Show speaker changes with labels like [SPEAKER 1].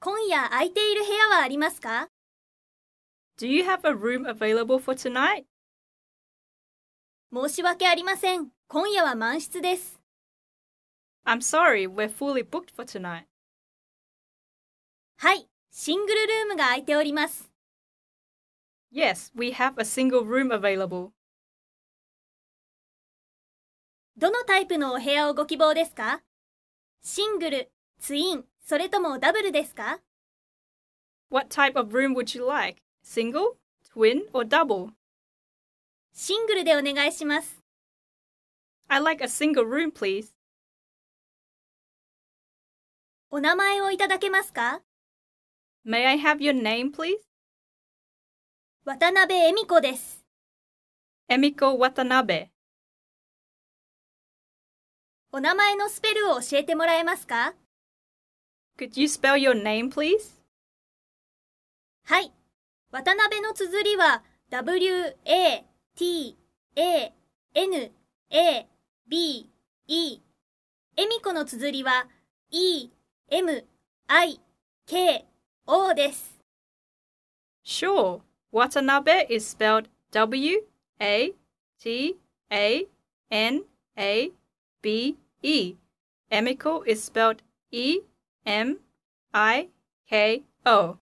[SPEAKER 1] 今夜空いている部屋はありますか
[SPEAKER 2] Do you have a room available for tonight?
[SPEAKER 1] 申し訳ありません。今夜は満室です。
[SPEAKER 2] I'm sorry, we're fully booked for tonight.
[SPEAKER 1] はい、シングルルームが空いております。
[SPEAKER 2] Yes, we have a single room available.
[SPEAKER 1] どのタイプのお部屋をご希望ですかシングル、ツイン、それともダブルですか
[SPEAKER 2] What type of room would you like? Single, twin, or double?
[SPEAKER 1] シングルでお願いします。
[SPEAKER 2] I like a single room, please.
[SPEAKER 1] お名前をいただけますか
[SPEAKER 2] May I have your name, please?
[SPEAKER 1] 渡辺恵美子です。
[SPEAKER 2] Emiko Watanabe.
[SPEAKER 1] お名前のスペルを教えてもらえますか
[SPEAKER 2] Could you spell your name, please?
[SPEAKER 1] はい。渡辺の綴りは W A T A N A B E。恵美子の綴りは E M I K O です。
[SPEAKER 2] Sure. Watanabe is spelled W A T A N A B E. Emiko is spelled E M I K O.